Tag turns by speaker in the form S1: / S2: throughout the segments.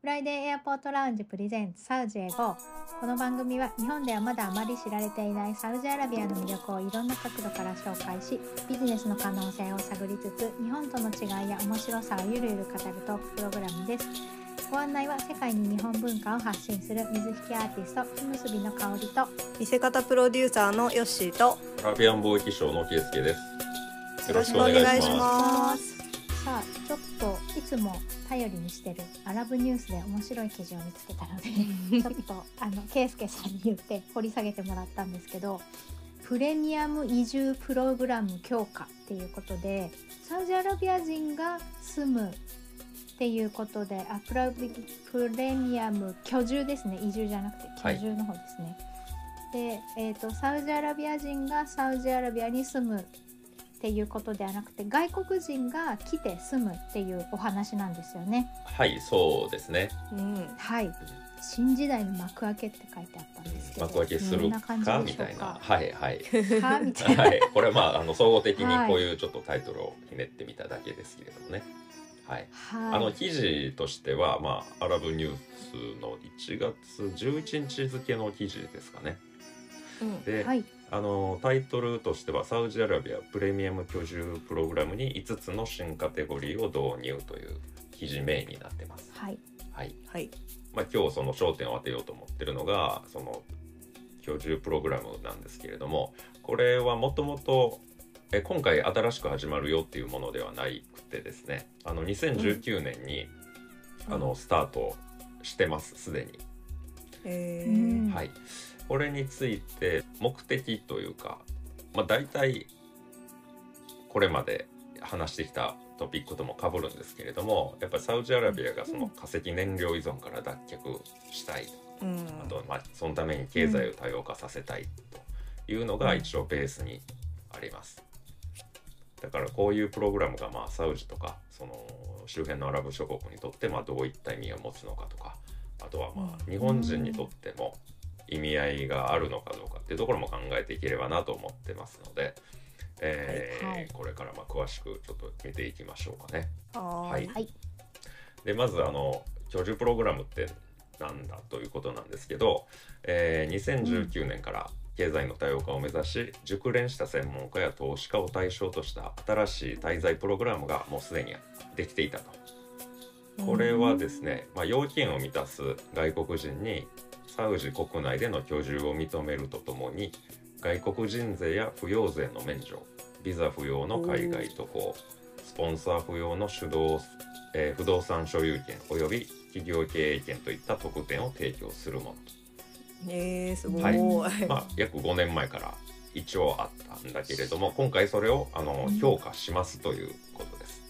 S1: フライデーエアポートラウンジプレゼンツサウジへ GO この番組は日本ではまだあまり知られていないサウジアラビアの魅力をいろんな角度から紹介しビジネスの可能性を探りつつ日本との違いや面白さをゆるゆる語るトークプログラムですご案内は世界に日本文化を発信する水引きアーティストひむすびの香りと
S2: 見せ方プロデューサーのヨッシーと
S3: カービアン貿易商のケイスケです。よろしくお願いしま
S2: ます。
S1: さあちょっといつも頼りにしてるアラブニュースで面白い記事を見つけたので ちょっとあの圭介さんに言って掘り下げてもらったんですけどプレミアム移住プログラム強化っていうことでサウジアラビア人が住むっていうことであプラビプレミアム居住ですね移住じゃなくて
S3: はい
S1: 居住の方ですね。で、えー、とサウジアラビア人がサウジアラビアに住むっていうことではなくて外国人が来て住むっていうお話なんですよね。
S3: す。はい、そうですね。
S2: うん、
S1: はい新時代の幕開けって書いてあったんですけど
S3: 幕開けする
S1: どんな
S3: か
S1: 感じ
S3: み
S1: でしょうか
S3: たいな。はいはい。
S1: はみたいな
S3: はい、これまああの総合的
S1: はい
S3: にこういうちょっとタイトルをひねってみただけですけれどもね。はい。あ
S1: は
S3: の
S1: い
S3: 記事としてはまあアラブニュースの1月11日付の記事ですかね。
S2: うん、
S3: で、
S1: はい
S3: あのタイトルとしてはサウジアラビアプレミアム居住プログラムに5つの新カテゴリーを導入という記事名になってます。
S1: はい
S3: はい。
S2: はい、
S3: まあ、今日その焦点を当てようと思ってるのがその居住プログラムなんですけれどもこれはもともとえ今回新しく始まるよっていうものではなくてですねあの2019年に、あのスタートしてますすでに、
S2: え
S1: うん
S2: ー、
S3: はい、これについて目的というか、まあ、大体これまで話してきたトピックともかぶるんですけれどもやっぱりサウジアラビアがその化石燃料依存から脱却したいと
S2: うん、
S3: あと、まあ、そのために経済を多様化させたいというのが一応ベースにあります。だからこういうプログラムがまあサウジとかその周辺のアラブ諸国にとってまあどういった意味を持つのかとかあとはまあ日本人にとっても意味合いがあるのかどうかっていうところも考えていければなと思ってますので、えー
S1: はいはい
S3: これからまあ詳しくちょっと見ていきましょうかね。
S2: あー
S3: はい
S1: はい
S3: でまずあの居住プログラムってなんだということなんですけど、えー2019年から経済の多様化を目指し熟練した専門家や投資家を対象とした新しい滞在プログラムがもうすでにできていたとこれはですね、まあ、要件を満たす外国人にサウジ国内での居住を認めるとともに外国人税や扶養税の免除ビザ不要の海外渡航スポンサー不要の主導、えー不動産所有権および企業経営権といった特典を提供するも
S2: えー、すごい、
S3: は
S1: う
S3: い
S1: ん
S3: の、まあ、約5年前から一応あったんだけれども今回それをあの評価しますということです。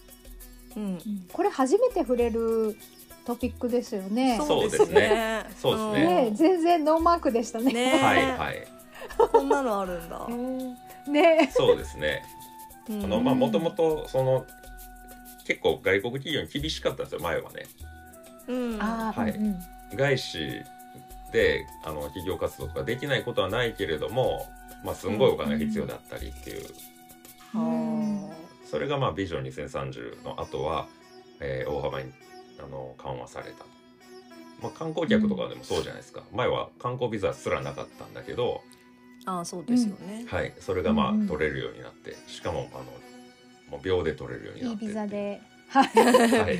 S2: うん、
S1: うんこれ初めて触れるトピックですよね
S3: そうですねそうです
S1: ね全然ノーマークでしたね
S2: ね
S3: はいはい、
S2: うんこんなのあるんだ
S1: え。ー ね
S3: そうですね
S2: うん
S3: あのまあもともとその結構外国企業に厳しかったんですよ前はね
S2: うん、
S1: あー
S3: はい
S1: うんうん
S3: 外資であの企業活動ができないことはないけれども、まあ、すんごいお金が必要だったりっていう、
S2: あー
S3: それがまあビジョン2030の後は、えー大幅にあの緩和された、まあ、観光客とかでもそうじゃないですか、前は観光ビザすらなかったんだけど、
S2: あー、そうですよね。
S3: はい、それがま
S1: うんうん
S3: あ取れるようになってしかもあのもう秒で取れるように
S1: い
S3: なっ
S1: い
S3: て
S1: ビザで
S3: はい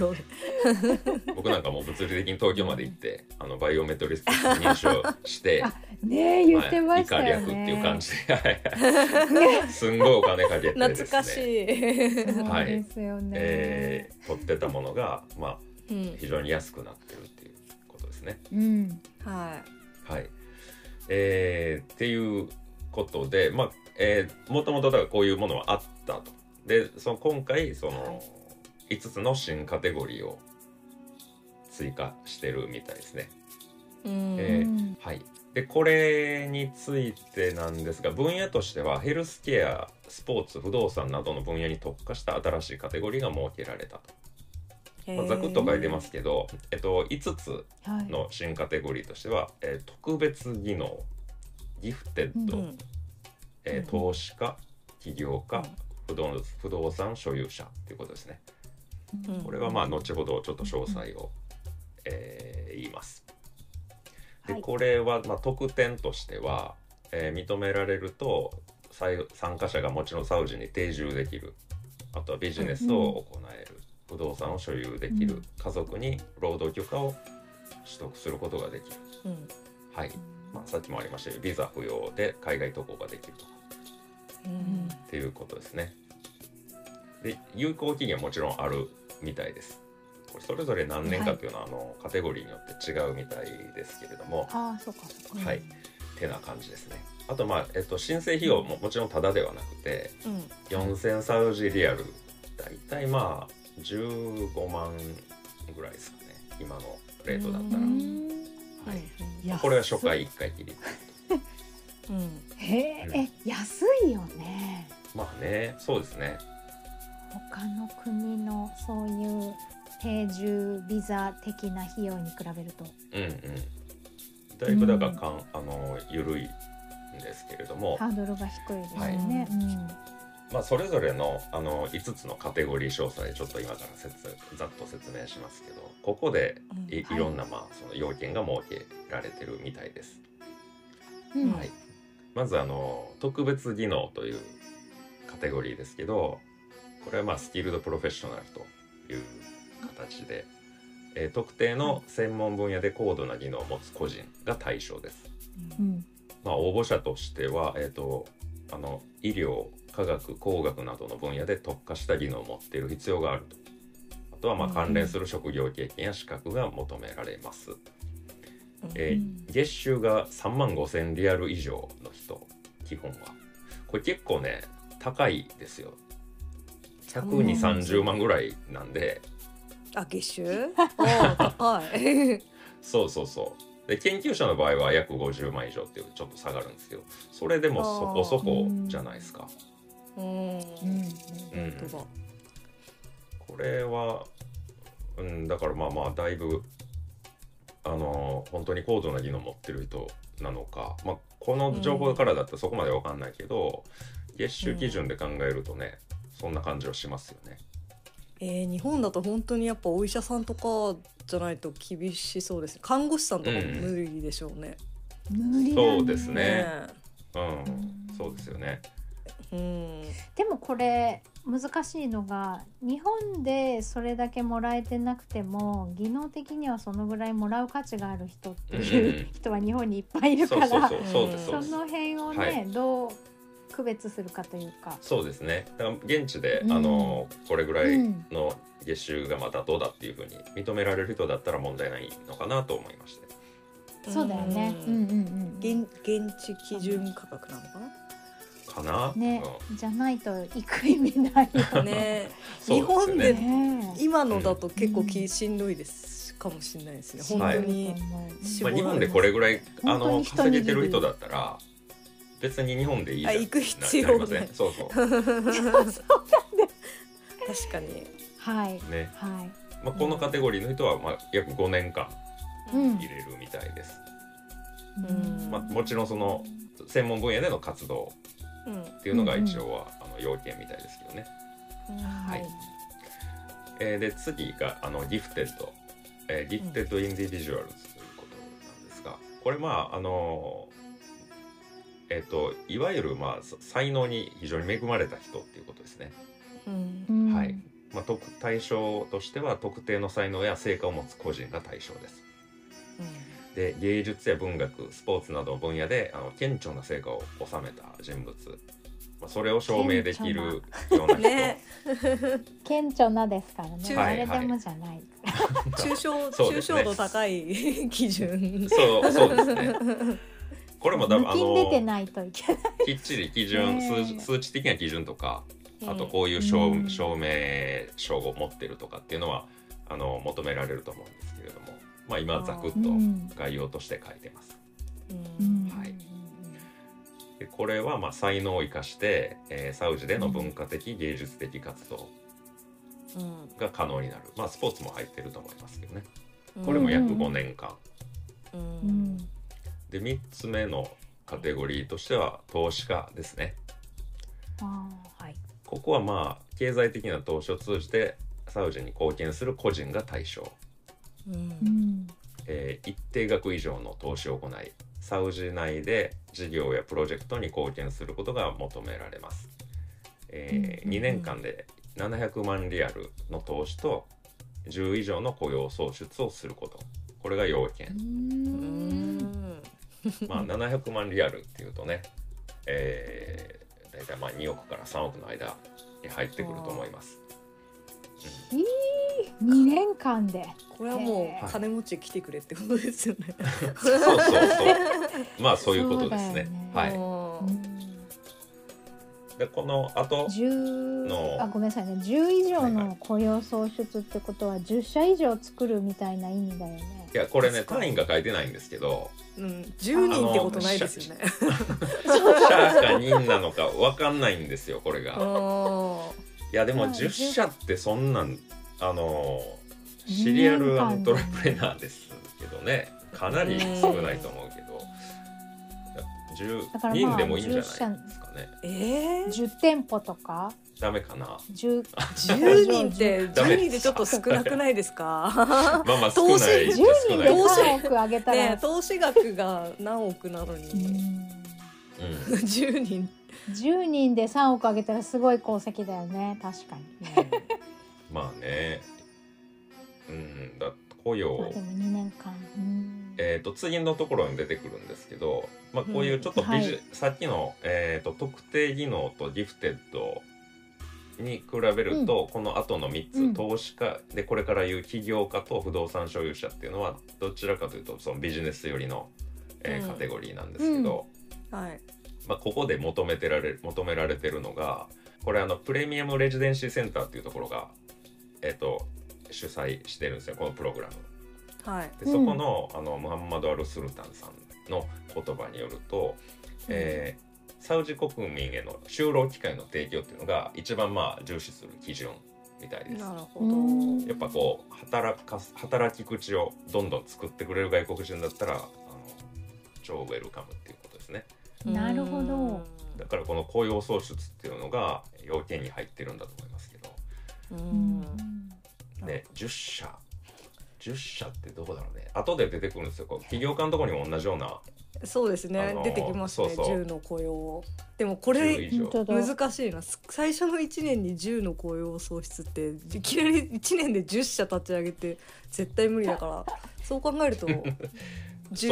S3: 僕なんかもう物理的に東京まで行ってあのバイオメトリストに認証して
S1: あねえ言ってました
S3: はい、以
S1: よ
S3: 下略
S1: ね、
S3: っていう感じではいすんごいお金かけてですね
S2: 懐かしい。
S1: そ
S3: は
S1: う
S3: い
S1: ですよね、
S3: えー取ってたものが、まあ、
S2: うん、
S3: 非常に安くなってるっていうことですね。
S1: うん
S2: は
S3: はいえーっていうことで、まあえー、もともとだからこういうものはあったと。でその今回その5つの新カテゴリーを追加してるみたいですね。
S2: い。うん、
S3: えーはい、でこれについてなんですが分野としてはヘルスケアスポーツ不動産などの分野に特化した新しいカテゴリーが設けられたと、まあざくっと書いてますけど、えっと、5つ
S1: はい、
S3: の新カテゴリーとしては、えー特別技能ギフテッド、
S1: う
S2: うん、
S3: えー
S2: うん
S3: 投資家起業家、
S2: うん
S3: 不動不動産所有者ということですね。
S2: うん
S3: これはまあ後ほどちょっと詳細を、えいます。
S1: は
S3: で
S1: い
S3: これは、まあ、特典としては、えー認められるとさい参加者がもちろんサウジに定住できるあとはビジネスを行える、不動産を所有できる、
S1: うん
S3: 家族に労働許可を取得することができる、
S2: うん
S3: はいまあ、さっきもありましたようにビザ不要で海外渡航ができるとか
S2: うん
S3: っていうことですね。で有効期限もちろんあるみたいです。これそれぞれ何年かっていうのは、あのカテゴリーによって違うみたいですけれども、
S1: ああそうかそうか。
S3: はい、てな感じですね。あとまあ、えっと、申請費用ももちろんタダではなくて
S2: うん
S3: 4000サウジリアルだいたいまあ15万ぐらいですかね今のレートだった
S1: う
S3: ら、
S2: うん
S1: ん
S3: はい、
S2: いや
S3: これは初回1回きり
S2: うん
S1: へええ安いよね。
S3: まあねそうですね
S1: 他の国のそういう定住ビザ的な費用に比べると。
S3: うんうんだいぶだからかん、あの緩いんですけれども、
S1: ハードルが低いですよね。
S3: まあ、それぞれのあの5つのカテゴリー詳細ちょっと今から説ざっと説明しますけどここで
S2: うん
S3: い,、
S1: はい
S3: ろんな、まあ、その要件が設けられてるみたいです。
S1: うん。うん。
S3: はい、まずあの特別技能というカテゴリーですけどこれはまあスキルドプロフェッショナルという形で、えー特定の専門分野で高度な技能を持つ個人が対象です。
S1: うん。
S3: まあ、応募者としては、えー、とあの医療科学工学などの分野で特化した技能を持っている必要があるとあとはまあ
S2: うん
S3: 関連する職業経験や資格が求められます、え
S1: うん
S3: ー月収が3万5,000リアル以上の人基本はこれ結構ね高いですよ1 2 3 0万ぐらいなんで
S2: あ 月収おー高い
S3: そうそうそうで研究者の場合は約50万以上っていうちょっと下がるんですけどそれでもそこそこじゃないですか
S2: うん
S1: うん。
S3: うん
S2: 本当だ
S3: これは、うん、だからまあまあだいぶあのー本当に高度な技能を持ってる人なのか、まあ、この情報からだったらそこまでわかんないけど、月収基準で考えるとね、そんな感じはしますよね。
S2: えー、日本だと本当にやっぱお医者さんとかじゃないと厳しそうですね看護師さんとかも無理でしょうね、
S1: 無理だね
S3: そうですねうん、
S1: うん
S3: そうですよね。
S2: うん
S1: でもこれ難しいのが日本でそれだけもらえてなくても技能的にはそのぐらいもらう価値がある人って
S3: うんうんう
S1: い
S3: ん
S1: う人は日本にいっぱいいる
S3: そ
S1: か
S3: う
S1: ら
S3: そう
S1: そ
S3: そう、そうです、そうです。
S1: の辺をね、
S3: はい
S1: どう区別するかというか。
S3: そうですね。だから現地で、
S1: うん
S3: あのーこれぐらいの月収がまたどうだっていうふうに認められる人だったら問題ないのかなと思いまして。
S1: そうだよね。うんうんうん。
S2: 現現地基準価格なのかな
S3: かな。
S1: ね
S3: うん、
S1: じゃないと行く意味ない よね。
S2: ね
S3: そうですよ
S2: 日本で
S3: ね
S1: ね
S2: 今のだと結構きしんどいですかもしれないですね本当に、し
S3: ま
S2: 絞
S3: あ、
S2: られます
S3: 日本でこれぐらいあ
S1: 本当
S3: の
S1: に一握
S3: 稼
S1: り
S3: げてる人だったら別に日本でいいじゃん
S2: あ行く必要
S3: なりませ
S2: ない
S3: んそうそう
S2: 確かに
S1: はい
S3: ね、
S1: はい。
S3: まあ、このカテゴリーの人はまあ約5年間
S1: うん
S3: 入れるみたいです、
S2: うん
S3: まあ、もちろんその専門分野での活動
S2: うん
S3: っていうのが一応はあの要件みたいですけどね、
S1: はい。
S3: えーで次があのギフテッド、えーギフテッドインディビジュアルズということなんですがこれまああのえっ、といわゆるまあさ才能に非常に恵まれた人っていうことですね
S2: うん
S1: うん
S3: はい。まあ、特対象としては特定の才能や成果を持つ個人が対象です。で芸術や文学スポーツなどの分野であの顕著な成果を収めた人物、まあ、それを証明できるような
S2: う
S3: 人
S2: ん、ね
S1: 顕著なですからね。
S2: 中
S1: 誰でもじゃない。
S2: 抽象
S3: そう
S2: 抽
S3: です
S2: 象
S3: ね
S2: 度高 い基準
S3: そうそうです ねこれも多分
S1: 抜
S3: あ
S1: きん出て
S3: の
S1: ないといけない。
S3: きっちり基準
S1: ねえ
S3: 数数値的な基準とかあとこういう
S1: う
S3: 証
S1: ん
S3: 証明証を持ってるとかっていうのはあの求められると思うんですけれども、まあ、今ざくっ
S1: うん
S3: と概要として書いてます。
S2: うん
S3: はいでこれはまあ才能を生かして、えーサウジでの文化的芸術的活動
S2: うん
S3: が可能になる、まあ、スポーツも入ってると思いますけどね
S2: うん
S3: これも約5年間、
S2: う
S1: うんん。
S3: で3つ目のカテゴリーとしては投資家ですね
S1: ああはい。
S3: ここはまあ経済的な投資を通じてサウジに貢献する個人が対象
S2: うん
S1: うん。
S3: えー一定額以上の投資を行いサウジ内で事業やプロジェクトに貢献することが求められます、え
S2: うんうんうん
S3: 2年間で700万リアルの投資と10以上の雇用創出をすることこれが要 件
S2: うー
S1: ん
S2: ん
S3: まあ、700万リアルっていうとね、えー、大体まあ2億から3億の間に入ってくると思います。
S1: 2年間で
S2: これはも
S3: は
S2: う
S3: い
S2: 金持ち来てくれってことですよね。
S3: そうそうそう。まあそういうことです
S1: そうだよ
S3: ね。
S1: ね
S3: は
S2: い。
S3: い。でこの後
S1: 10
S3: の
S1: あごめんなさいね10以上
S3: はいは
S1: の雇用創出ってことは10社以上作るみたいな意味だよね
S3: い。やこれね
S2: 確かに
S3: 単位が書いてないんですけど、
S2: うん、十人ってことないですよね。
S3: 社か人なのかわかんないんですよこれ
S2: あ
S3: が。
S2: ー
S3: いやでも
S1: はい
S3: 10社ってそんなんあのシリアルアントレプレナーですけどね、かなり少ないと思うけど、
S1: だから
S3: 10
S1: まあ
S3: 人でもいいんじゃないですかね。
S2: ええー、
S1: 10店舗とか
S3: ダメかな。
S1: 10
S2: 十人って
S3: ダメ
S2: 十人でちょっと少なくないですか？
S3: まあまあ少
S2: 投資
S3: ない
S1: 10
S3: 少
S1: 人
S3: ない
S1: で
S2: 投資
S1: 3億あげたら、
S2: ねえ投資額が何億なの
S1: う
S2: に
S1: ん
S3: うん
S2: 十人。
S1: 10人で3億あげたらすごい功績だよね確かに、
S3: まあねうんだ雇
S1: まあ
S3: 用
S1: でも2年間、うん
S3: えー、と次のところに出てくるんですけど、まあ、こういうちょっとビジ、
S1: はい
S3: さっきの、えー、と特定技能とギフテッドに比べると、この後の3つ、
S1: うん
S3: 投資家でこれから言う起業家と不動産所有者っていうのはどちらかというとそのビジネス寄りの、えー
S2: うん
S3: カテゴリーなんですけど、
S2: はい。
S3: まあ、ここで求めてられ求められてるのがこれあのプレミアムレジデンシーセンターっていうところが、えー、と主催してるんですよこのプログラム。
S2: はい。
S3: で
S1: うん
S3: そこの,、あのムハンマド・アル・スルタンさんの言葉によると、えーサウジ国民への就労機会の提供っていうのが一番まあ重視する基準みたいです。
S2: なる
S1: う
S2: ほど。
S1: ん
S3: やっぱこう働かす働き口をどんどん作ってくれる外国人だったらあの超ウェルカムっていうことですね
S1: なるほど
S3: だからこの雇用創出っていうのが要件に入ってるんだと思いますけど
S2: う。
S1: うんん
S3: ね、10社10社ってどこだろうね後で出てくるんですよこう起業家のところにも同じような
S2: そうですね、
S3: あのー
S2: 出てきますね
S3: そうそう
S2: 10の雇用でもこ
S3: 10
S2: れ
S3: 以上
S1: 本当だ
S2: 難しいなす最初の1年に10の雇用創出っていきなり1年で10社立ち上げて絶対無理だからそう考える と10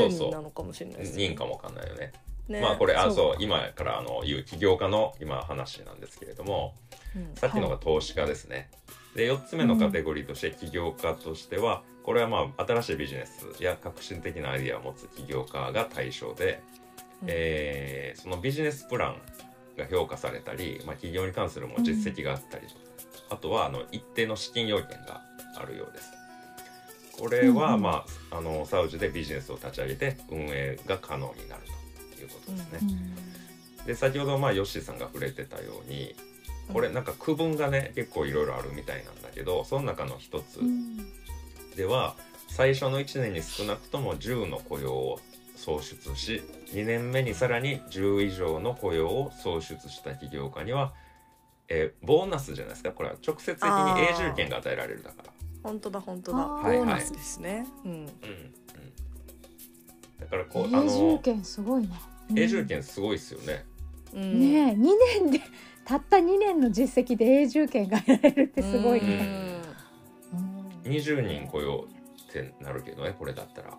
S2: 人なのかもしれないですね
S3: 人かもわかんないよね。
S2: ね
S3: まあこれあそうう今からあの言う起業家の今話なんですけれども
S2: うん
S3: さっきのが投資家ですね。で4つ目のカテゴリーとして起業家としてはこれはまあ新しいビジネスや革新的なアイディアを持つ起業家が対象で、
S2: うん
S3: えーそのビジネスプランが評価されたり、まあ、起業に関するもう実績があったりとか、あとはあの一定の資金要件があるようです。これ
S1: うん
S3: は、
S1: うん
S3: まあ、あのサウジでビジネスを立ち上げて運営が可能になるということですね。で先ほどまあヨッシーさんが触れてたようにこれなんか区分がね結構いろいろあるみたいなんだけどその中の一つ
S1: うん
S3: では最初の1年に少なくとも10の雇用を創出し2年目にさらに10以上の雇用を創出した企業家には、えーボーナスじゃないですかこれは直接的
S2: あ
S3: に
S2: ー
S3: 永住権が与えられるだから。
S2: 本当だ本当だ
S1: あ
S2: ボ
S1: ー
S2: ーナスですね、うん
S3: うんうん、だからこうあ
S1: 永住
S3: の
S1: 権すごいな
S3: 永住権すごいですよね。
S2: うん
S1: ねえ2年でたった2年の実績で永住権が得られるってすごいね、うん
S3: 20人雇用ってなるけどねこれだったら。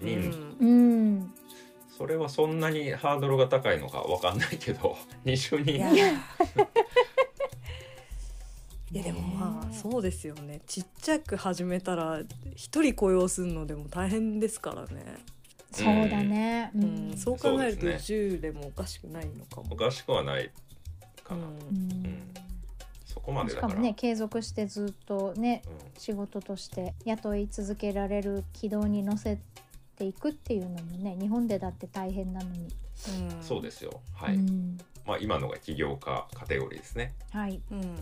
S2: うん
S3: 人
S1: うん、
S3: それはそんなにハードルが高いのかわかんないけど 20
S2: い
S3: 人
S2: やい やでもま
S1: ね
S2: あ
S1: え
S2: そうですよねちっちゃく始めたら一人雇用するのでも大変ですからね、
S1: そうだね、う
S2: うんんそう考えると
S3: そうです
S2: 10でもおかしくないのか
S3: お
S2: も、
S3: かしくはないか
S2: う
S3: な、
S2: ん
S3: そこま
S1: うん
S3: で
S1: し
S3: だ
S1: か
S3: から
S1: もね継続してずっとね
S3: うん
S1: 仕事として雇い続けられる軌道に乗せていくっていうのもね日本でだって大変なのに、
S2: ん
S3: そうですよはい、
S1: うん
S3: まあ、今のが起業家カテゴリーですね
S1: はい、
S2: うん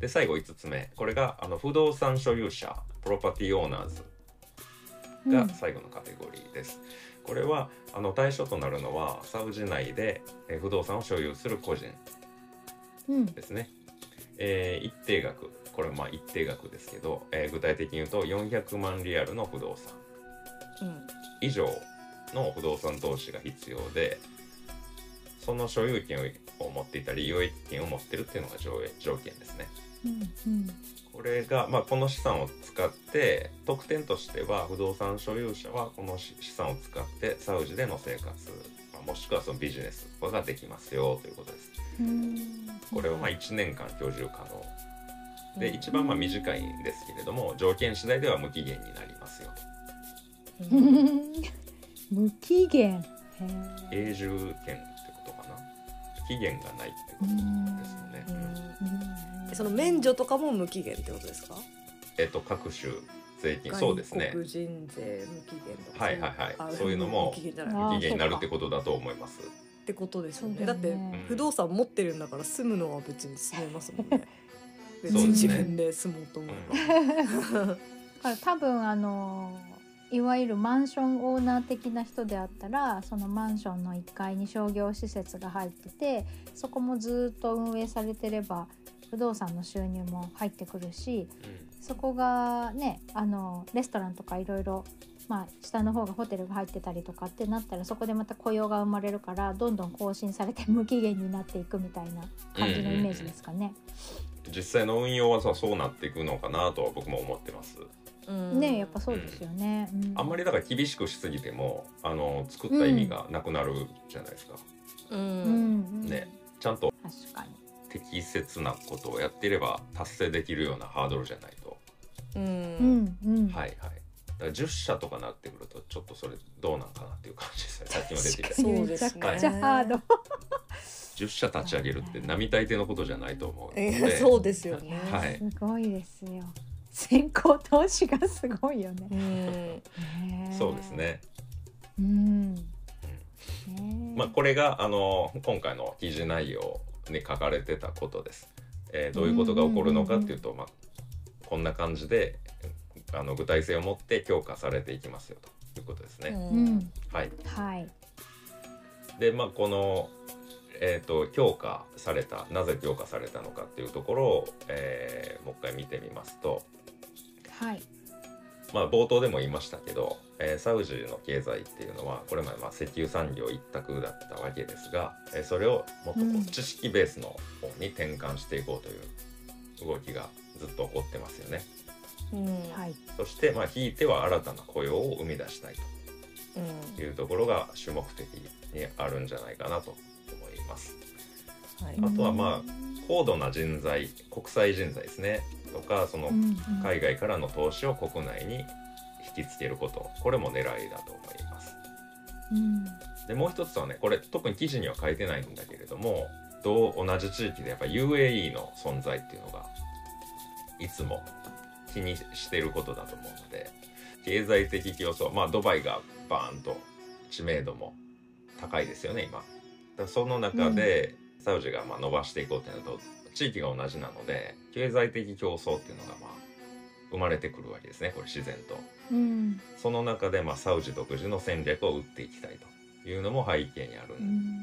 S3: で最後5つ目これがあの不動産所有者プロパティオーナーズ
S1: うん
S3: が最後のカテゴリーです、これはあの対象となるのはサウジ内でえー不動産を所有する個人
S1: うん
S3: ですね、えー一定額これまあ一定額ですけど、えー具体的に言うと400万リアルの不動産
S2: うん
S3: 以上の不動産投資が必要でその所有権を持っていたり有益権を持ってるっていうのが条条件ですね。
S1: うんうん
S3: これが、まあ、この資産を使って特典としては不動産所有者はこの資資産を使ってサウジでの生活、まあもしくはそのビジネスとかができますよということです。
S1: うん
S3: これをまあ
S2: うん
S3: 1年間居住可能で
S2: うん
S3: 一番まあ短いんですけれども条件次第では無期限になりますよ
S2: う
S1: うんん 無期限へえ
S3: 永住権ってことかな期限がないってことですよね、
S1: うん
S2: でその免除とかも無期限ってことですか
S3: えっと各種税金そうですね
S2: 外国人税無期限とか
S3: はいはいはい
S2: あ
S3: そういうのも
S2: 無期限じゃない
S1: あー
S3: 無期限になるってことだと思います
S2: ってことです
S1: そ
S2: よ
S1: う
S2: ねだって
S1: ね
S2: 不動産持ってるんだから住むのは別に住めますもん ね別
S1: そ
S2: に
S1: うです
S2: 自
S1: ね
S2: 分で住もうと思えば、
S1: だから多分あのいわゆるマンションオーナー的な人であったらそのマンションの1階に商業施設が入っててそこもずっと運営されてれば不動産の収入も入ってくるしそこがねあのレストランとかいろいろまあ下の方がホテルが入ってたりとかってなったらそこでまた雇用が生まれるからどんどん更新されて無期限になっていくみたいな感じのイメージですかね。
S3: 実際の運用はさそうなっていくのかなとは僕も思ってます
S2: うん
S1: ねやっぱそうですよね。うん
S3: あんまりだから厳しくしすぎてもあの作った意味がなくなるじゃないですか、
S2: う
S1: うんんうん
S3: ねちゃんと
S1: 確かに
S3: 適切なことをやっていれば達成できるようなハードルじゃないと、
S2: うん
S1: うんうん、
S3: はいはいだから10社とかなってくるとちょっとそれどうなんかなっていう感じですねさっきも出てきた
S2: 確かにそうですね
S1: めちゃくちゃハード。
S3: 10社立ち上げるって並大抵のことじゃないと思うの
S2: え
S3: で
S2: ー そうですよね、
S3: はい
S1: すごいですよ。先行投資がすごいよ ね。
S2: うん
S1: ねえ
S3: そうです。ね、
S1: うん。ね
S3: う
S1: え
S3: んまあ、これがあの今回の記事内容に書かれてたことです、えーどういうことが起こるのかっていうと、まあ、こんな感じであの具体性を持って強化されていきますよということですね、
S1: う
S2: うん
S1: ん。
S3: はい
S1: はい。
S3: でまあこの、えー、と強化されたなぜ強化されたのかっていうところを、えーもう一回見てみますと、
S1: はい。
S3: まあ、冒頭でも言いましたけど、えーサウジの経済っていうのはこれまでまあ石油産業一択だったわけですが、えーそれをもっとこ
S1: う
S3: うん知識ベースの方に転換していこうという動きがずっと起こってますよね。
S2: うん
S1: はい。
S3: そしてまあひいては新たな雇用を生み出したい
S2: うん
S3: というところが主目的にあるんじゃないかなと思います。
S2: はい
S3: あとはま高度な人材国際人材ですねとかその
S1: うんうん
S3: 海外からの投資を国内に引きつけることこれも狙いだと思います
S1: うん。
S3: でもう一つはねこれ特に記事には書いてないんだけれども同同じ地域でやっぱ UAE の存在っていうのがいつも気にしてることだと思うので経済的競争まあドバイがバーンと知名度も高いですよね今だからその中でサウジがまあ伸ばしていこうってなると地域が同じなので経済的競争っていうのがまあ生まれてくるわけですねこれ自然と。
S1: うん。
S3: その中で、まあ、サウジ独自の戦略を打っていきたいというのも背景にある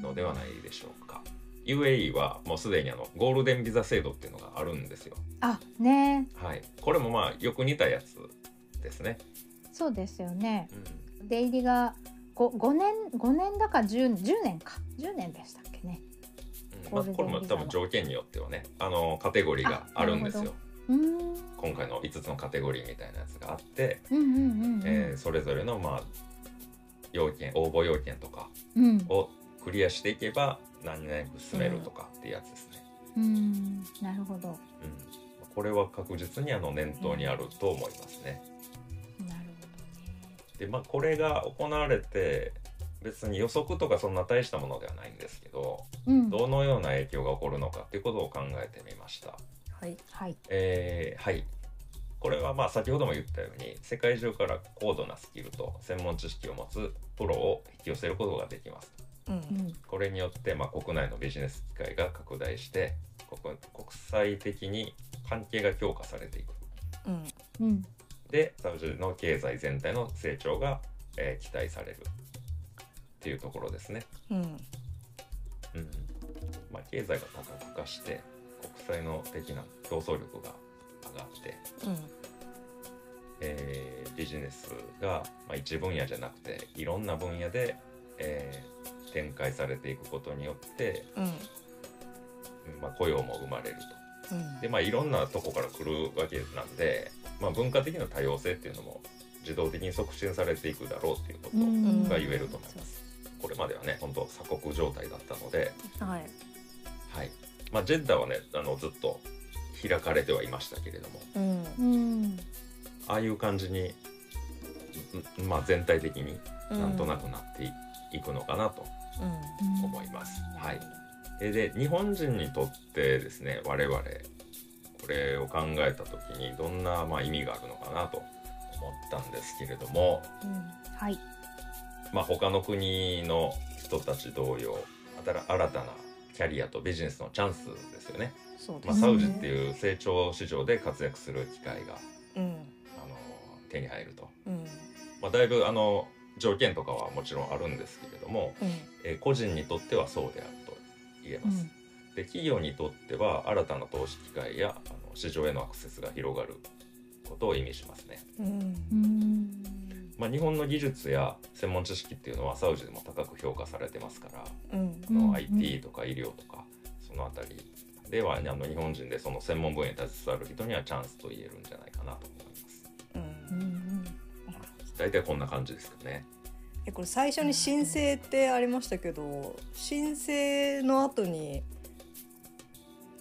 S3: のではないでしょうか。UAE はもうすでにあのゴールデンビザ制度っていうのがあるんですよ。
S1: あ、ねえ。
S3: はい、これもまあよく似たやつですね。
S1: そうですよね。
S3: うん
S1: 出入りが。ご五年五年だか十十年か十年でしたっけね。
S3: うんまあ、これも多分条件によってはねあのカテゴリーがあるんです
S1: あな
S3: よ。
S1: うん。
S3: 今回の5つのカテゴリーみたいなやつがあって、
S1: うんうんうんうん。
S3: えーそれぞれのまあ要件応募要件とか
S1: うん。
S3: をクリアしていけば何年進めるとかっていうやつですね。
S1: うん。なるほど。
S3: うん、これは確実にあの念頭にあると思いますね。
S1: なる
S3: でまあこれが行われて別に予測とかそんな大したものではないんですけど
S1: ほどね。うん。
S3: どのような影響が起こるのかっていうことを考えてみました。
S2: はい
S1: はい。
S3: えーはいこれはまあ先ほども言ったように世界中から高度なスキルと専門知識を持つプロを引き寄せることができます。
S2: う
S1: うんん。
S3: これによって、まあ、国内のビジネス機会が拡大して国国際的に関係が強化されていく
S2: うん
S1: うん。
S3: でサウジの経済全体の成長が、えー期待されるっていうところですね。
S2: うん
S3: うんまあ、経済が多角化して国際の的な競争力が上がって
S2: うん
S3: えービジネスが、まあ、一分野じゃなくていろんな分野で、えー展開されていくことによって、
S2: うん
S3: まあ、雇用も生まれる
S2: う
S3: と。
S2: ん
S3: でまあいろんなとこから来るわけなんで、まあ、文化的な多様性っていうのも自動的に促進されていくだろうっていうこと、
S1: うん
S3: が言えると思います。これまではね本当鎖国状態だったので、
S2: はい
S3: はいまあ、ジェッダはねあのずっと開かれてはいましたけれども
S2: うん
S1: うん
S3: ああいう感じに、んまあ、全体的になんとなくなっていいくのかなと
S2: うん
S3: 思います。はい、えで日本人にとってですね我々これを考えた時にどんなまあ意味があるのかなと思ったんですけれども、
S1: はい
S3: まあ、他の国の人たち同様新新たなキャリアとビジネスのチャンスですよね、
S2: そうで
S3: まあ、
S2: すね
S3: サウジっていう成長市場で活躍する機会が
S2: うん
S3: あの手に入ると、
S2: うん
S3: まあ、だいぶあの条件とかはもちろんあるんですけれども、
S2: う
S3: えー個人にとってはそうであると言え
S1: う
S3: ます。
S1: ん
S3: で企業にとっては新たな投資機会やあの市場へのアクセスが広がることを意味しますね、
S2: ん
S1: う
S2: うん
S1: ん
S3: まあ、日本の技術や専門知識っていうのはサウジでも高く評価されてますから
S2: うん
S3: あの
S1: うん
S3: IT とか医療とかその辺りではあの日本人でその専門分野に携わる人にはチャンスと言えるんじゃないかなと思います
S2: うん
S1: うん
S3: 大体こんな感じですかね
S2: えこれ最初に申請ってありましたけど申請の後に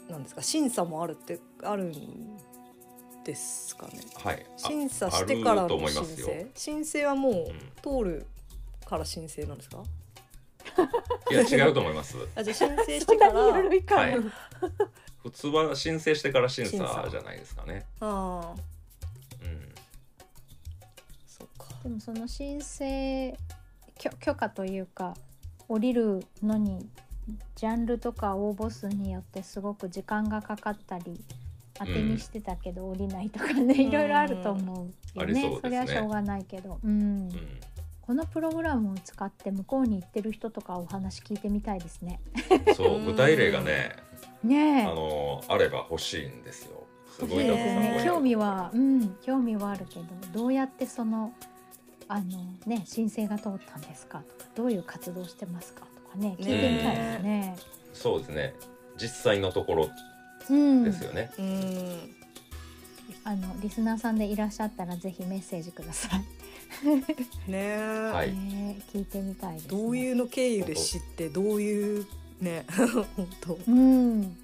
S2: なんですか審査もあるってあるんですかね
S3: はいあ
S2: 審査してから
S3: あると
S2: の
S3: 思い
S2: 申
S3: ますよ
S2: 請申請はもう
S3: うん
S2: 通るから申請なんですか
S3: いや違うと思います
S2: あじゃあ申請し
S1: そ
S2: て
S1: んな
S2: から
S1: に緩いか
S3: は
S1: ないうん
S3: 普通は申請してから審
S2: 審
S3: 査
S2: 査
S3: じゃないですかね
S2: ああ
S3: うん
S2: そうか
S1: でもその申請許許可というか降りるのにジャンルとか応募数によってすごく時間がかかったり当てにしてたけど降りないとかね、いろいろあると思うよ
S3: あり
S1: ね,、
S3: そうですね
S1: れはしょうがないけど、うん
S3: うん
S1: このプログラムを使って向こうに行ってる人とかお話聞いてみたいですね。
S3: そううん具体例がね、
S1: ねえ
S3: あのあれば欲しいんですよ。すごい
S2: ね
S3: たくさん
S2: え
S3: ご用意
S1: 興味は、うん、興味はあるけどどうやってそのあの、ね、申請が通ったんですかとかどういう活動してますかとかね聞いてみたいですね。
S3: そうですね。実際のところ
S1: うん
S3: ですよね。
S2: うん
S1: あのリスナーさんでいらっしゃったらぜひメッセージください。
S2: ねえ、
S3: はい
S1: ねえ聞いてみたいです、ね。
S2: どういううの経由で知ってどういうね 本当
S1: ん、
S3: うん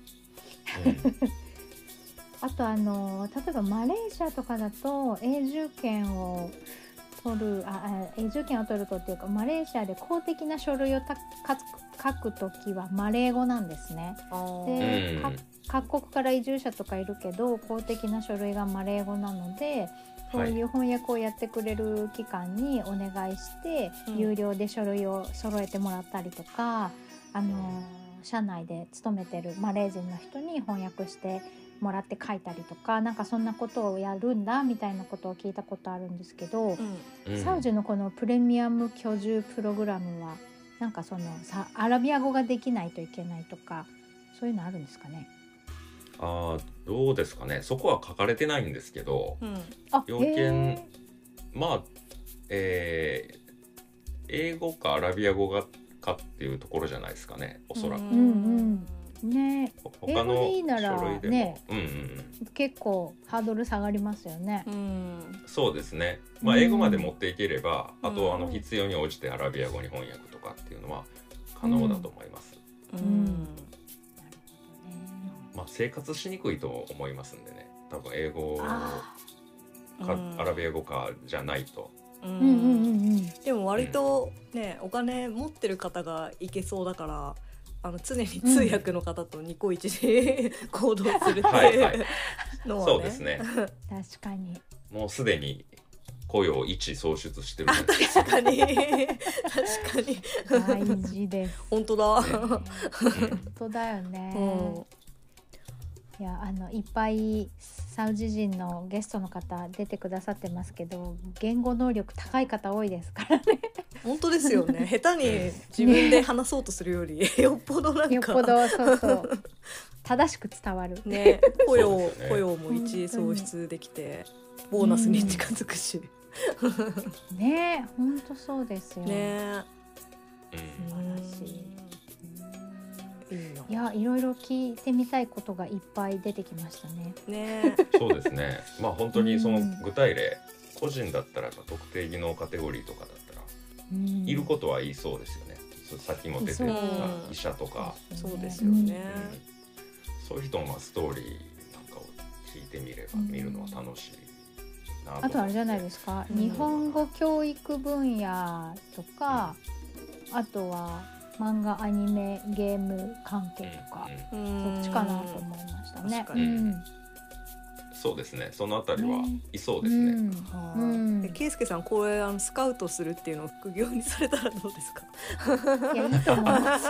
S1: あとあの例えばマレーシアとかだと永住権を取るああ永住権を取るとっていうかマレーシアで公的な書類をたか書くときはマレー語なんですね。
S2: あー
S1: で、
S3: うん
S1: か各国から移住者とかいるけど公的な書類がマレー語なのでそういう翻訳をやってくれる機関にお願いして、
S2: うん
S1: 有料で書類を揃えてもらったりとか、あのー社内で勤めてるマレー人の人に翻訳してもらって書いたりとかなんかそんなことをやるんだみたいなことを聞いたことあるんですけど。
S2: うん
S3: うん
S1: サウジのこのプレミアム居住プログラムはなんかそのさアラビア語ができないといけないとかそういうのあるんですかね
S3: ああどうですかね。そこは書かれてないんですけど、
S2: うん
S1: あ
S3: 要件
S1: へえ
S3: まあ、えー英語かアラビア語がかっていうところじゃないですかね。おそらく
S2: うん
S1: うんね
S3: 他
S1: 英語
S3: の
S1: でいいなら
S3: 書類でも、
S1: ね
S3: うんうんうん。
S1: 結構ハードル下がりますよね
S2: う。ん
S3: そうですね。まあ
S1: うん
S3: 英語まで持っていければ、あとは
S2: う
S3: あの
S2: ん
S3: 必要に応じてアラビア語に翻訳とかっていうのは可能だと思います。
S2: うんん
S1: なるほどね
S3: まあ、生活しにくいと思いますんでね多分英語か
S1: あ
S3: アラビア語かじゃないと、
S2: う
S1: ーうんうん
S2: ん
S1: うんうん。
S2: でも割とねお金持ってる方がいけそうだからあの常に通訳の方とニコイチで行動するって
S3: はいいはいう
S2: のはね
S3: そうですね
S1: 確かに。
S3: もうすでに雇用一創出してるじゃないです
S2: 確かに確かに
S1: 大事です。
S2: 本当だ、
S3: か、ねうん
S1: 本当だよ
S2: う
S1: ね。
S2: ん
S1: いやあのいっぱいサウジ人のゲストの方出てくださってますけど言語能力高い方多いですからね
S2: 本当ですよ ね下手に自分で話そうとするより、よっぽどなんか
S1: よっぽどそうそう正しく伝 わる、
S2: ね雇用、
S3: そうですよね
S2: 雇用も一創出できてボーナスに近づくし、
S1: ねえほんとそうですよ、
S2: ね
S3: うん
S1: 晴らしい
S2: うんいいない
S1: やいろいろ聞いてみたいことがいっぱい出てきましたね
S2: ね
S3: そうですね。まあ本当にその
S1: うん
S3: 具体例、個人だったら特定技能カテゴリーとかだったら、
S1: うん
S3: いることは言いそうですよね。そうさっきも出てた
S1: い
S2: そう
S3: 医者とか、
S2: そうですよね、
S3: うんそういう人のまあストーリーなんかを聞いてみれば、
S1: うん
S3: 見るのは楽しいなと思って。
S1: あとあれじゃないですか、
S2: うん
S1: 日本語教育分野とか、あとは漫画アニメゲーム関係とか、
S3: うん
S2: う
S1: そ
S2: ん
S1: っちかなと思いましたね。
S2: 確か
S1: う
S2: に
S1: ん
S3: うんそうですね。そのあたりは
S1: ね
S3: いそう
S1: う
S3: ですね。
S1: ん
S2: は
S1: うん
S2: いで圭介さんこれあのスカウトするっていうのを副業にされたらどうですか
S1: いやいいと思います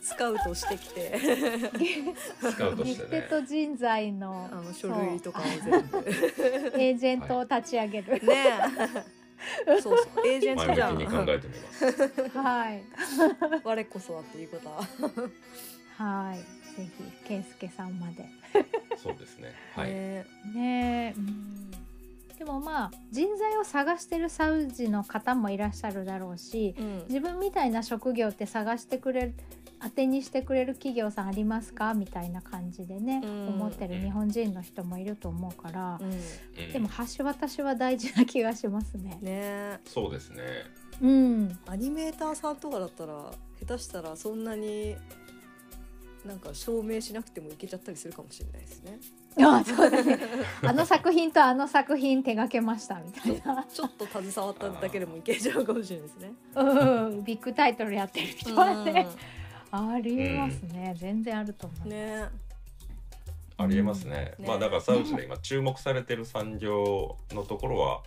S2: スカウトしてきて
S3: スカウト
S1: リ
S3: して
S1: スペ
S3: ね
S1: ク。ト人材の
S2: あの
S1: そ
S2: 書
S1: う
S2: 類とかを全部
S1: エージェントを立ち上げる。
S2: ねえそうそうエージェント
S3: 前
S2: じゃ
S3: 向きに考
S2: ん
S3: えてみます。
S1: はい
S2: 我こそはっていうことは
S1: はいぜひケイスケさんまで。
S3: そうですね。はい。
S2: ね
S1: ねえうんでもまあ人材を探してるサウジの方もいらっしゃるだろうし
S2: うん
S1: 自分みたいな職業って探してくれる当てにしてくれる企業さんありますかみたいな感じでね、
S2: うん
S1: 思ってる日本人の人もいると思うから、
S2: うん
S3: うん
S1: でも橋渡しは大事な気がしますね。
S2: ねえ
S3: そうですね。
S1: うん、
S2: アニメーターさんとかだったら下手したらそんなになんか証明しなくてもいけちゃったりするかもしれないですね
S1: あそうだねあの作品とあの作品手がけましたみたいな、
S2: ちょっと携わっただけでもいけちゃうかもしれないですね。
S1: うん、ビッグタイトルやってる人はね、ありえますね、全然あると思う、
S2: ね
S3: ありえますね。
S2: ね
S3: まあだからサウジで今注目されてる産業のところは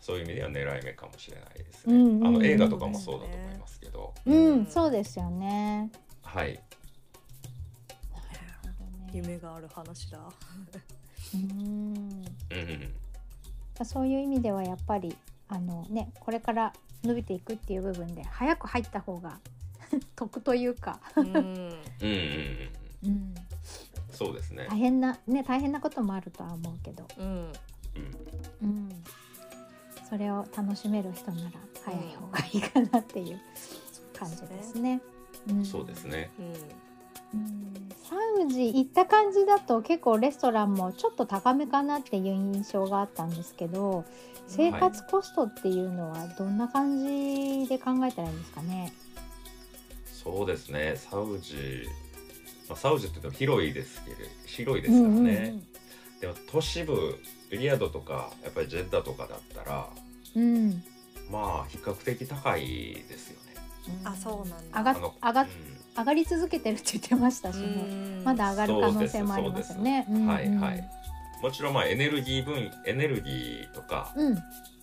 S3: そういう意味では狙い目かもしれないですね。
S1: うんうん
S3: あの映画とかもそうだと思いますけど、
S1: うん、そうですよね。
S3: はい。
S2: 夢がある話だ。
S1: うん
S3: うんうん
S1: そういう意味ではやっぱりあのねこれから伸びていくっていう部分で早く入った方が 得というか、
S2: うん、
S3: うんうんうんうん。そうですね。
S1: 大変なね大変なこともあるとは思うけど、
S2: うん、
S3: うん
S1: うん、それを楽しめる人なら早い方がいいかなっていう感じですね。ん
S3: そうですね。
S2: うん、
S1: うんサウジ行った感じだと結構レストランもちょっと高めかなっていう印象があったんですけど生活コストっていうのはどんな感じで考えたらいいんですかね、
S3: そうですね。サウジ、まあサウジって言うと広いですけれ広いですからね。でも都市部リヤドとかやっぱりジェッダとかだったら
S1: うんうんうん
S3: まあ比較的高いですよね。
S2: あそうなんだ
S1: 上が
S3: あの
S1: 上が
S3: うん
S1: 上がり続けてるって言ってましたしね、まだ上がる可能性もありますよね。うんうん
S3: はいはい。もちろんまあエネルギー分エネルギーとか
S1: うん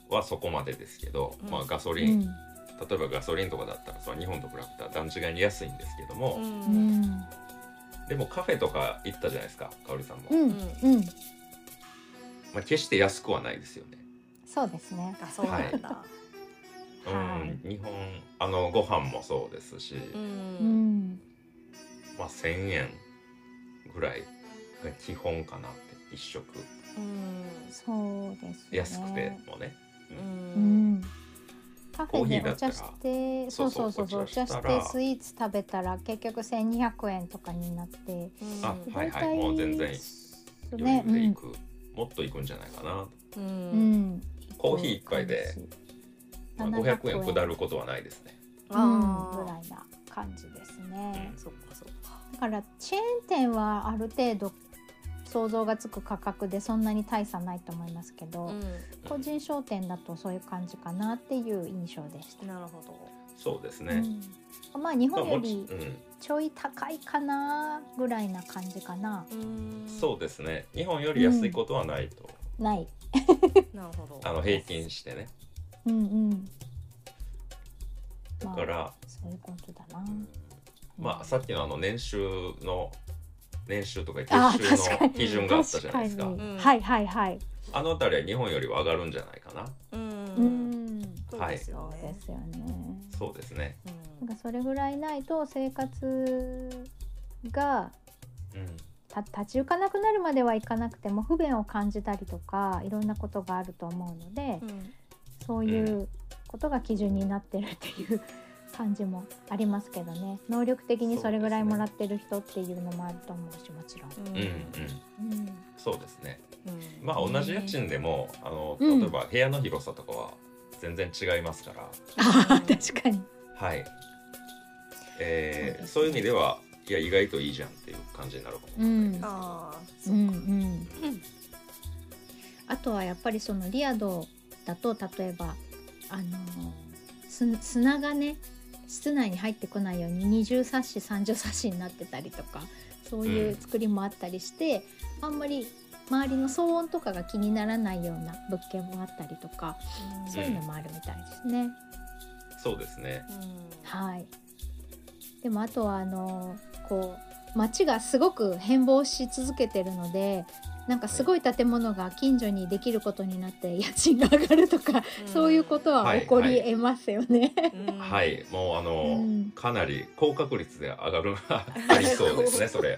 S3: はそこまでですけど、
S2: うん
S3: まあガソ
S1: う
S3: リン、
S1: ん
S3: 例えばガソリンとかだったらその日本と比べたら段違いに安いんですけども、
S2: うん、
S1: う
S2: うん、
S1: ん
S3: でもカフェとか行ったじゃないですか香織さんも、
S1: うんうんうん
S3: まあ、決して安くはないですよね、
S1: そうですね。
S2: あ、そうなんだ。
S3: う
S1: はい
S3: ん、日本あのご飯もそうですし、
S2: う、
S1: うんん
S3: まあ、1,000円ぐらいが基本かなって一食
S2: うん、
S1: そうですね。
S3: 安くてもね
S1: うんカフ
S3: コー
S1: ェ
S3: ヒ
S1: で
S3: ーだ
S1: お
S3: った
S1: 茶
S3: ら
S1: してそうそうそうそう
S3: そうそう
S1: お茶し
S3: お茶した
S1: て
S3: ら
S1: スイーツ食べたら結局1200円とかになって
S2: うん、
S3: あは
S1: 大
S3: い
S1: 体
S3: もう全然
S1: そう
S3: 余
S1: ね
S3: 裕で行く、もっと行くんじゃないかな
S2: う、
S1: うんうんん
S3: コーヒー一杯でまあ500円下ることはないですね。
S1: うんぐ
S2: あ
S1: らいな感じですね
S2: あ、そっか、そっか。
S1: だからチェーン店はある程度想像がつく価格でそんなに大差ないと思いますけど、
S2: う
S1: 個人商店だとそういう感じかなっていう印象でした
S2: ん、。なるほど。
S3: そうですね。
S1: うんまあ日
S3: まあ
S1: 本よ
S3: もち
S1: り
S3: うん、
S1: ちょい高いかなぐらいな感じかな。
S2: うん、
S3: そうですね。日本より安いことはないと、
S1: ない。
S2: う、なるほど。
S3: あの平均してね。
S1: うんうん。
S3: だから、
S1: そういうことだな。
S3: まあさっきのあの年収の年収とか
S1: あ
S3: 月収の基準があったじゃないですか。
S1: 確
S3: あ
S1: に
S2: うん
S1: はいはいはい。
S3: のあたりは日本よりは上がるんじゃないかな。
S1: う
S2: う、
S1: んん。
S2: そう
S3: は
S1: ですよね。
S3: そうですね。
S2: う
S1: なんんかそれぐらいないと生活が
S3: うん。
S1: た立ち行かなくなるまではいかなくても不便を感じたりとかいろんなことがあると思うので、
S2: うん
S1: そういうことが基準になってるっていう感じもありますけどね能力的にそれぐらいもらってる人っていうのもあると思うしもちろん。
S3: うん。うん。そうですね。
S2: うん
S3: まあ同じ家賃でも、あの
S1: う
S3: 例
S1: ん
S3: えば部屋の広さとかは全然違いますから。
S1: 確かに
S3: はい。えーそ
S1: そううですね
S3: いう意味では、いや、意外といいじゃんっていう感じになるかも。
S1: うん
S2: ああ
S1: う
S2: そ
S1: んう
S2: っか
S1: ん、あとはやっぱりそのリアドだと例えばあのす砂がね室内に入ってこないように二重サッシ三重サッシになってたりとかそういう作りもあったりして、あんまり周りの騒音とかが気にならないような物件もあったりとかそういうのもあるみたいですね。
S3: そうですね。
S2: う
S1: はい。でもあとはあのこう街がすごく変貌し続けてるので。なんかすごい建物が近所にできることになって家賃が上がるとか、
S2: うん
S1: そういうことは起こり得ますよね。
S2: んうん
S3: はい、もう、あの、
S1: うん
S3: かなり高確率で上がる。ありそう ですね、それ。
S2: ね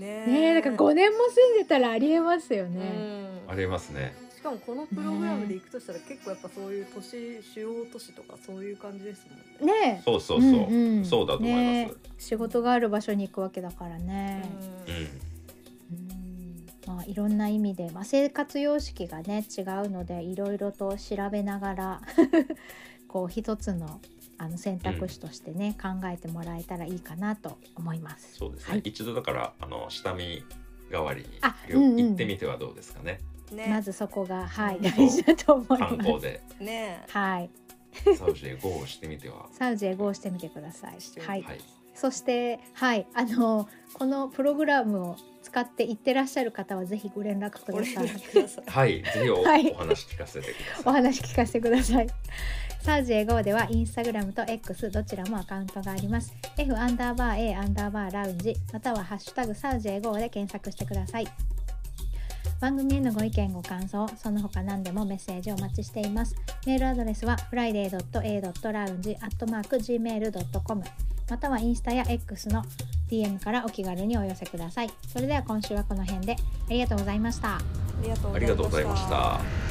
S2: え
S1: ねえ、だから5年も住んでたらありえますよ
S2: う
S1: ね。
S2: ん
S3: ありますね。
S2: しかもこのプログラムで行くとしたら結構やっぱそういう都市主要都市とかそういう感じですもんね。
S1: ねえ。
S3: そうそうそう。
S1: んん
S3: そうだと思います。
S1: ねえ仕事がある場所に行くわけだからね。
S3: うん。
S1: うんまあ、いろんな意味で、まあ、生活様式がね違うのでいろいろと調べながら こう一つのあの選択肢としてね、考えてもらえたらいいかなと思います。
S3: そうですね。
S1: はい
S3: 一度だから、あの、下見代わりに
S1: あ、
S3: りょ
S1: うんうん
S3: 行ってみてはどうですかね。
S2: うんね
S1: まずそこが、はい、
S2: そう
S1: 大事だと思い
S3: 観
S1: ま
S3: 光
S1: す。
S3: で、
S2: ね
S1: はい、
S3: サウジでゴーしてみては。
S1: サウジへ合してみてください
S2: して。みて
S1: はい、
S3: はい。
S1: そして、はい、あの、このプログラムを使って行ってらっしゃる方は、ぜひご連絡く
S2: ご
S1: だ
S2: 連
S1: さい。
S2: 絡ください。
S3: はい、ぜひお,、
S1: はい
S3: お話聞かせてくだ
S1: お
S3: さい。
S1: 話聞かせてください。 サウジエゴーではインスタグラムと X どちらもアカウントがあります。F アンダーバー A アンダーバーラウンジまたはハッシュタグサウジエゴーで検索してください。番組へのご意見ご感想その他何でもメッセージをお待ちしています。メールアドレスは friday.a.lounge.gmail.com またはインスタや X の DM からお気軽にお寄せください。それでは今週はこの辺でありがとうございました。
S2: ありがとう
S3: ありがとうございました。